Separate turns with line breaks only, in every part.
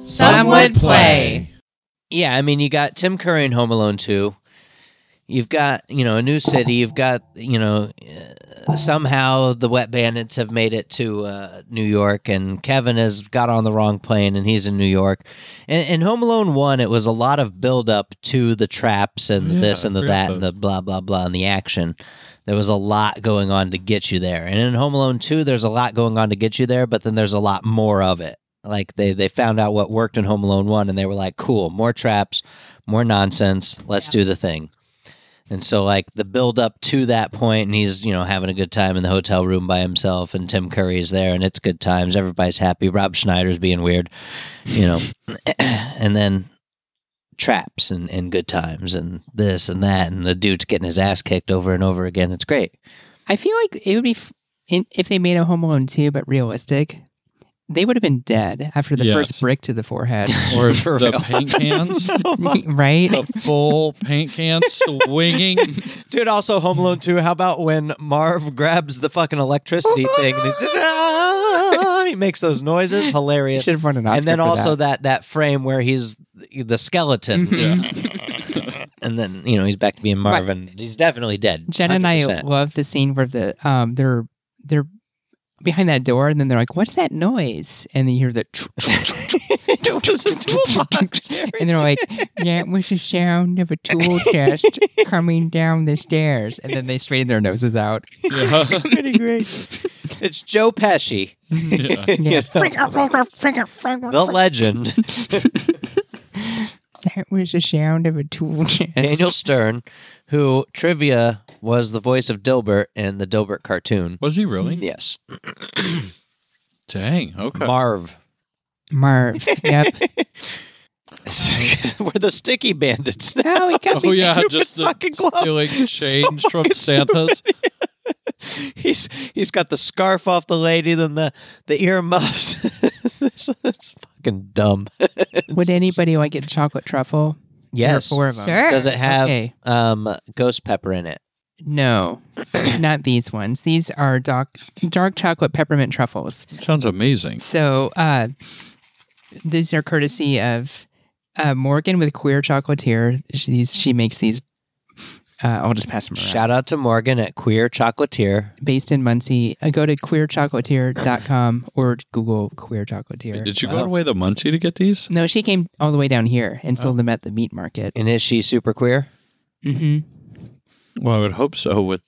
Some would play.
Yeah, I mean, you got Tim Curry in Home Alone 2. You've got, you know, a new city. You've got, you know, uh, somehow the Wet Bandits have made it to uh, New York, and Kevin has got on the wrong plane and he's in New York. And in Home Alone 1, it was a lot of build up to the traps and
Yeah,
this and the
build
that
up.
and the blah, blah, blah, and the action. There was a lot going on to get you there. And in Home Alone 2, there's a lot going on to get you there, but then there's a lot more of it like they they found out what worked in Home Alone 1 and they were like cool more traps more nonsense let's do the thing and so like the build up to that point and he's you know having a good time in the hotel room by himself and Tim Curry is there and it's good times everybody's happy Rob Schneider's being weird you know and then traps and, and good times and this and that and the dude's getting his ass kicked over and over again it's great
I feel like it would be f- in, if they made a Home Alone 2, but realistic. They would have been dead after the
Yes.
first brick to the forehead,
Or
For
the
real.
paint cans,
right?
the full paint can swinging.
Dude, also Home Alone 2. How about when Marv grabs the fucking electricity thing and "Ah," he, he makes those noises? Hilarious.
Should have won an Oscar.
And then
for
also
that.
that.
Mm-hmm.
that frame where he's the skeleton.
Yeah.
and then, you know, he's back to being Marv and he's definitely dead.
Jen and I
100%.
love the scene where the um they're they're behind that door, and then they're like, "What's that noise?" And then you hear the, tr- tr- tr-
It was a toolbox, Jerry.
and they're like, "Yeah, it was the sound of a tool chest coming down the stairs." And then they straighten their noses out.
Yeah.
Pretty great. It's Joe Pesci.
Yeah.
You
Yeah.
know, the legend.
That was the sound of a tool chest.
Daniel Stern, who trivia was the voice of Dilbert in the Dilbert cartoon.
Was he really?
Yes.
Dang. Okay.
Marv.
Marv. Yep.
We're the sticky bandits now.
oh, he got
oh
me.
yeah,
stupid
just the
fucking glove.
stealing change from Santa's.
He's he's got the scarf off the lady, then the the earmuffs. this, that's fucking dumb.
Would anybody like get chocolate truffle?
yes.
There are four of them.
Sure.
Does it have
Okay.
um ghost pepper in it?
No, not these ones. These are dark, dark chocolate peppermint truffles.
Sounds amazing.
So uh, these are courtesy of uh, Morgan with Queer Chocolatier. She, these, she makes these. Uh, I'll just pass them around.
Shout out to Morgan at Queer Chocolatier.
Based in Muncie, uh, go to queerchocolatier.com or Google Queer Chocolatier.
Did you go
Wow.
all the way to Muncie to get these?
No, she came all the way down here and
Oh.
sold them at the meat market.
And is she super queer?
hmm
Well, I would hope so. With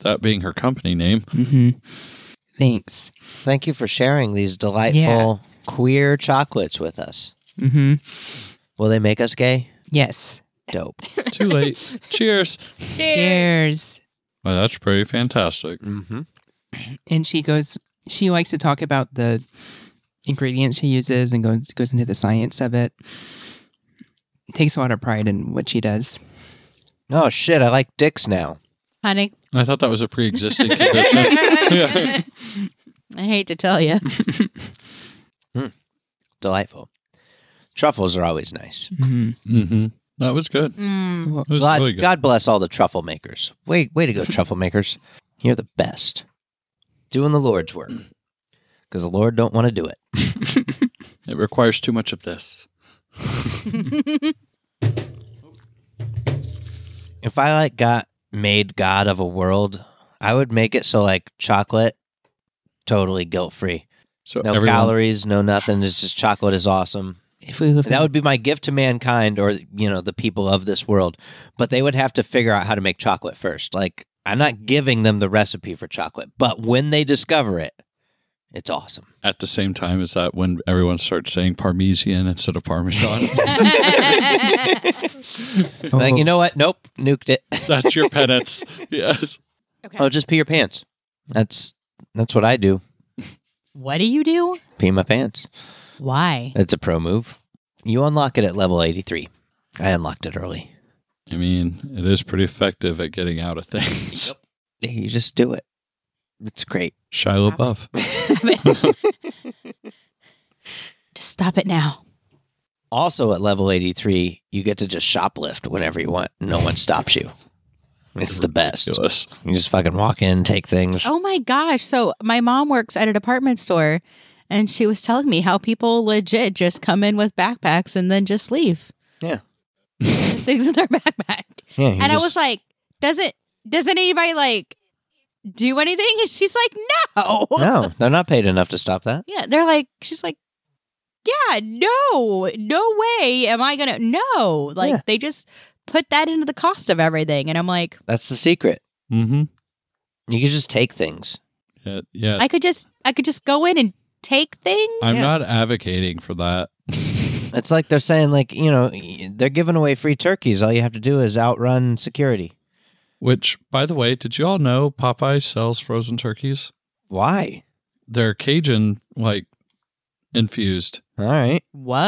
that being her company name,
hmm Thanks.
Thank you for sharing these delightful queer chocolates with us.
hmm
Will they make us gay?
Yes.
Dope.
too late. Cheers.
Cheers.
Well, that's pretty fantastic.
Mm-hmm.
and she goes she likes to talk about the ingredients she uses and goes goes into the science of it takes a lot of pride in what she does
Oh shit! I like dicks now.
Honey,
I thought that was a pre-existing condition.
I hate to tell you.
Delightful. Truffles are always nice.
hmm That was good.
Mm.
It was
God,
really good.
God bless all the truffle makers. Way, way to go, truffle makers. You're the best. Doing the Lord's work. Because the Lord don't want to do it.
It requires too much of this.
If I like got made God of a world, I would make it so like chocolate totally guilt free.
So
No
everyone,
calories, no nothing. It's just chocolate is awesome.
if we live
That would be my gift to mankind or, you know, the people of this world. But they would have to figure out how to make chocolate first. Like, I'm not giving them the recipe for chocolate, but when they discover it, it's awesome.
at the same time, is that when everyone starts saying Parmesan instead of Parmesan?
Oh.
Like, you know what? Nope, nuked it.
that's your penance. Yes.
Oh, just pee your pants. That's that's what I do.
What do you do?
Pee my pants.
Why?
It's a pro move. You unlock it at level 83. I unlocked it early.
I mean, it is pretty effective at getting out of things.
You just do it. It's great.
Shia LaBeouf.
Just stop it now.
Also at level 83, you get to just shoplift whenever you want. No one stops you. It's the best. You
Ridiculous.
just fucking walk in, take things.
Oh my gosh. So my mom works at a department store And she was telling me how people legit just come in with backpacks and then just leave.
Yeah.
The things in their backpack.
Yeah,
And I was like, does it doesn't anybody like do anything? And she's like, No.
no, they're not paid enough to stop that.
Yeah. They're like she's like, Yeah, no, no way am I gonna no. Like
Yeah.
they just put that into the cost of everything. And I'm like,
That's the secret.
Mm-hmm.
You can just take things.
Yeah. yeah. Uh,
I could just I could just go in and take things.
I'm
yeah.
not advocating for that.
It's like they're saying, like you know, they're giving away free turkeys. All you have to do is outrun security.
Which, by the way, did you all know Popeye sells frozen turkeys?
Why?
They're Cajun like infused.
All right.
What?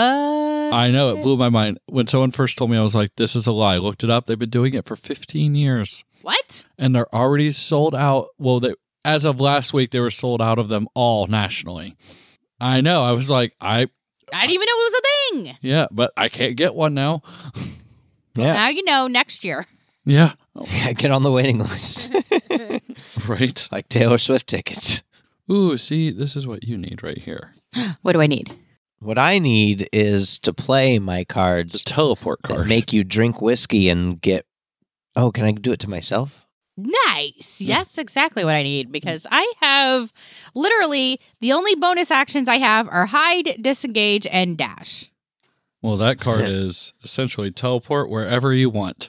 I know it blew my mind when someone first told me. I was like, "This is a lie." Looked it up. They've been doing it for 15 years,
What?
and they're already sold out. Well, they as of last week, they were sold out of them all nationally. I know. I was like, I
I didn't even know it was a thing.
yeah, but I can't get one now.
Yeah.
Now you know next year.
Yeah,
yeah. Get on the waiting list.
right.
like Taylor Swift tickets.
Ooh, see, this is what you need right here.
What do I need?
What I need is to play my
It's a
cards
teleport
that
card.
make you drink whiskey and get. Oh, can I do it to myself?
Nice. Yes, exactly what I need because I have literally the only bonus actions I have are hide, disengage, and dash.
well, that card is essentially teleport wherever you want.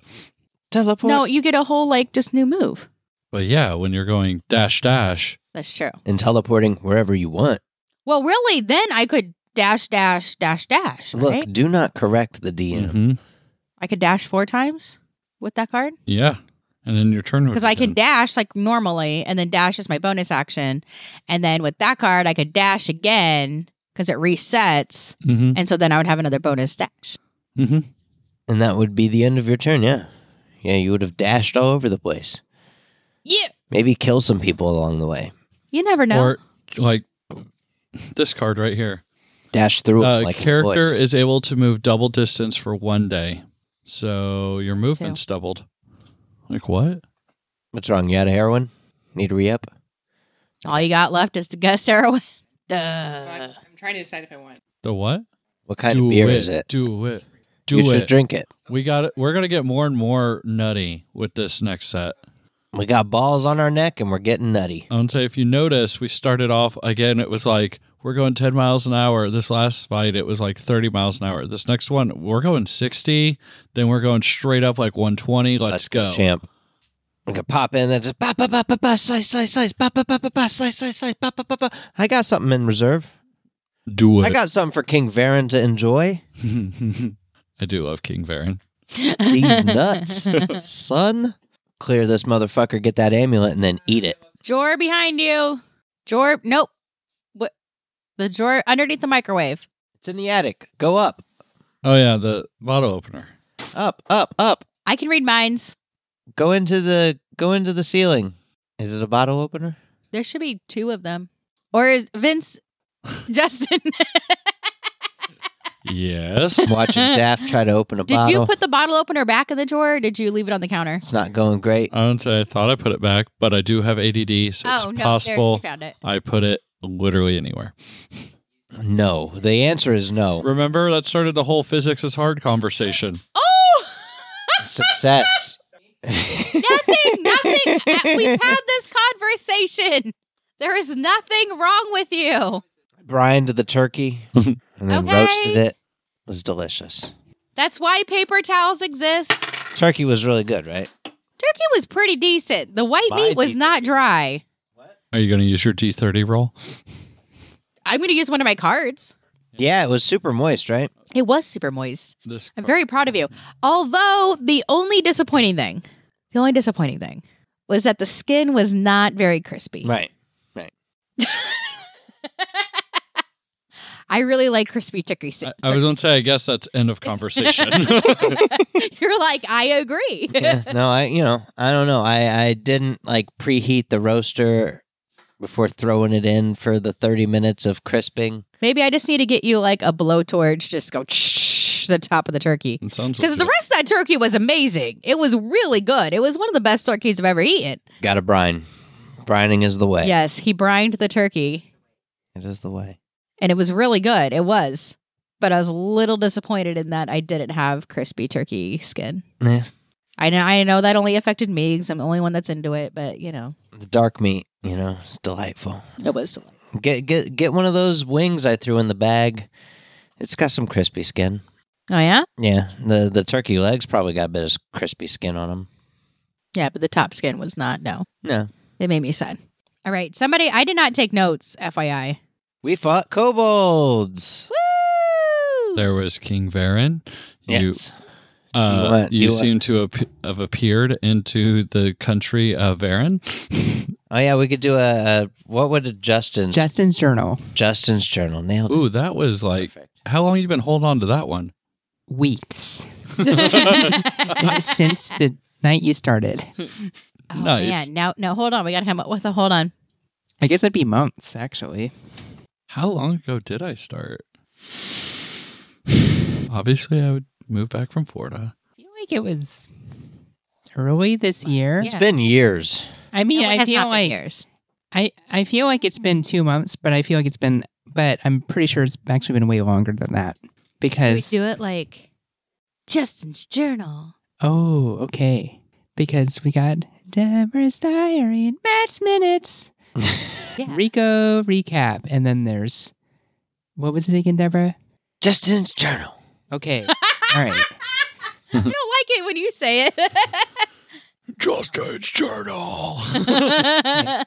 Teleport.
No, you get a whole like just new move.
But yeah, when you're going dash dash,
That's true.
And teleporting wherever you want.
Well, really, then I could dash, dash, dash, dash.
Look,
Right?
do not correct the DM.
mhm,
I could dash four times with that card
yeah, and then your turn would
because
be
I can
done.
dash like normally, and then dash is my bonus action, and then with that card I could dash again because it resets,
Mhm,
and so then I would have another bonus dash.
mhm.
And that would be the end of your turn, yeah. Yeah, you would have dashed all over the place.
Yeah,
Maybe kill some people along the way.
you never know.
or like this card right here.
Dash through
Uh,
it like
character
boys.
is able to move double distance for one day, so your movement's doubled. Like what?
What's wrong? You out of heroin? Need to re up?
All you got left is the Gus heroin. Duh.
I'm trying to decide if I want.
The what?
What kind
do
of beer
it,
is it?
Do it. Do
you
it.
should drink it.
We got it. We're gonna get more and more nutty with this next set.
We got balls on our neck and we're getting nutty.
I would say if you notice, we started off again. It was like we're going ten miles an hour. This last fight, it was like thirty miles an hour. This next one, we're going sixty. Then we're going straight up like one twenty. Let's go.
champ. We could pop in that just pop, pop, pop, pop, pop, slice, slice, slice, pop, pop, pop, pop, pop, slice, slice, slice, pop, pop, pop, pop. I got something in reserve.
Do it.
I got something for King Varen to enjoy.
I do love King Varen.
These nuts, son. Clear this motherfucker, get that amulet, and then eat it.
Jor behind you. Jor, nope. What? The Jor underneath the microwave.
It's in the attic. Go up,
Oh yeah, the bottle opener.
up, up, up.
I can read minds.
Go into the go into the ceiling. Is it a bottle opener?
There should be two of them. Or is Vince, Justin,
Yes.
Watching Daft try to open a
did
bottle.
you put the bottle opener back in the drawer or did you leave it on the counter?
it's not going great.
I would say I thought I put it back, but I do have ADD, so it's
oh, no. There,
possible
you found it.
I put it literally anywhere.
No, the answer is no.
Remember that started the whole physics is hard conversation.
Oh,
Success.
nothing, nothing. We've had this conversation. There is nothing wrong with you.
brined the turkey and then
Okay.
roasted it. It was delicious.
That's why paper towels exist. Turkey
Turkey was really good, right?
was pretty decent. The white
My
meat was
people.
not dry.
Are you going to use your D30 roll?
I'm going to use one of my cards.
Yeah, it was super moist, right?
It was super moist.
This
I'm very proud of you. Although the only disappointing thing, the only disappointing thing was that the skin was not very crispy.
Right.
I really like crispy turkey. si-
I, I was going to say, I guess that's end of conversation.
You're like, I agree.
Yeah. No, I you know, I don't know. I I didn't like preheat the roaster before throwing it in for the 30 minutes of crisping.
Maybe I just need to get you like a blowtorch, just go the top of the turkey.
It sounds
Because the
legit.
rest of that turkey was amazing. It was really good. It was one of the best turkeys I've ever eaten.
Got to brine. Brining is the way.
Yes, he brined the turkey.
It is the way.
and it was really good. It was. But I was a little disappointed in that I didn't have crispy turkey skin.
Yeah.
I know, I know that only affected me because I'm the only one that's into it, but you know,
The dark meat, you know, it's delightful.
it was.
Get get get one of those wings I threw in the bag. It's got some crispy skin.
Oh, yeah?
Yeah, the the turkey legs probably got a bit of crispy skin on them.
Yeah, but the top skin was not. No,
No,
it made me sad. All right. Somebody, I did not take notes, FYI.
we fought kobolds.
Woo!
There was King Varen. You
Yes, Do you
Uh,
want- do
you
you want-
seem to ap- have appeared into the country of Varen.
Oh yeah, we could do a, a what would a Justin's
Justin's journal
Justin's journal nailed it.
Ooh, that was like
Perfect.
how long you been holding on to that one?
weeks since the night you started.
oh,
Nice.
man. Now, now, hold on. We got to come up with a hold on.
I guess it'd be months actually.
How long ago did I start? Obviously, I would move back from Florida.
I feel like it was early this year.
Yeah.
It's been years.
I mean,
No, it
I
has not
feel
been
like
yours.
I I feel like it's been two months, but I feel like it's been. But I'm pretty sure it's actually been way longer than that
Should we
because
do it like Justin's journal?
oh okay because we got Deborah's diary and Matt's minutes,
Yeah.
Rico recap, and then there's what was it again, Deborah?
Justin's journal.
Okay, all right.
I don't like it when you say it.
Justin's journal.
yeah,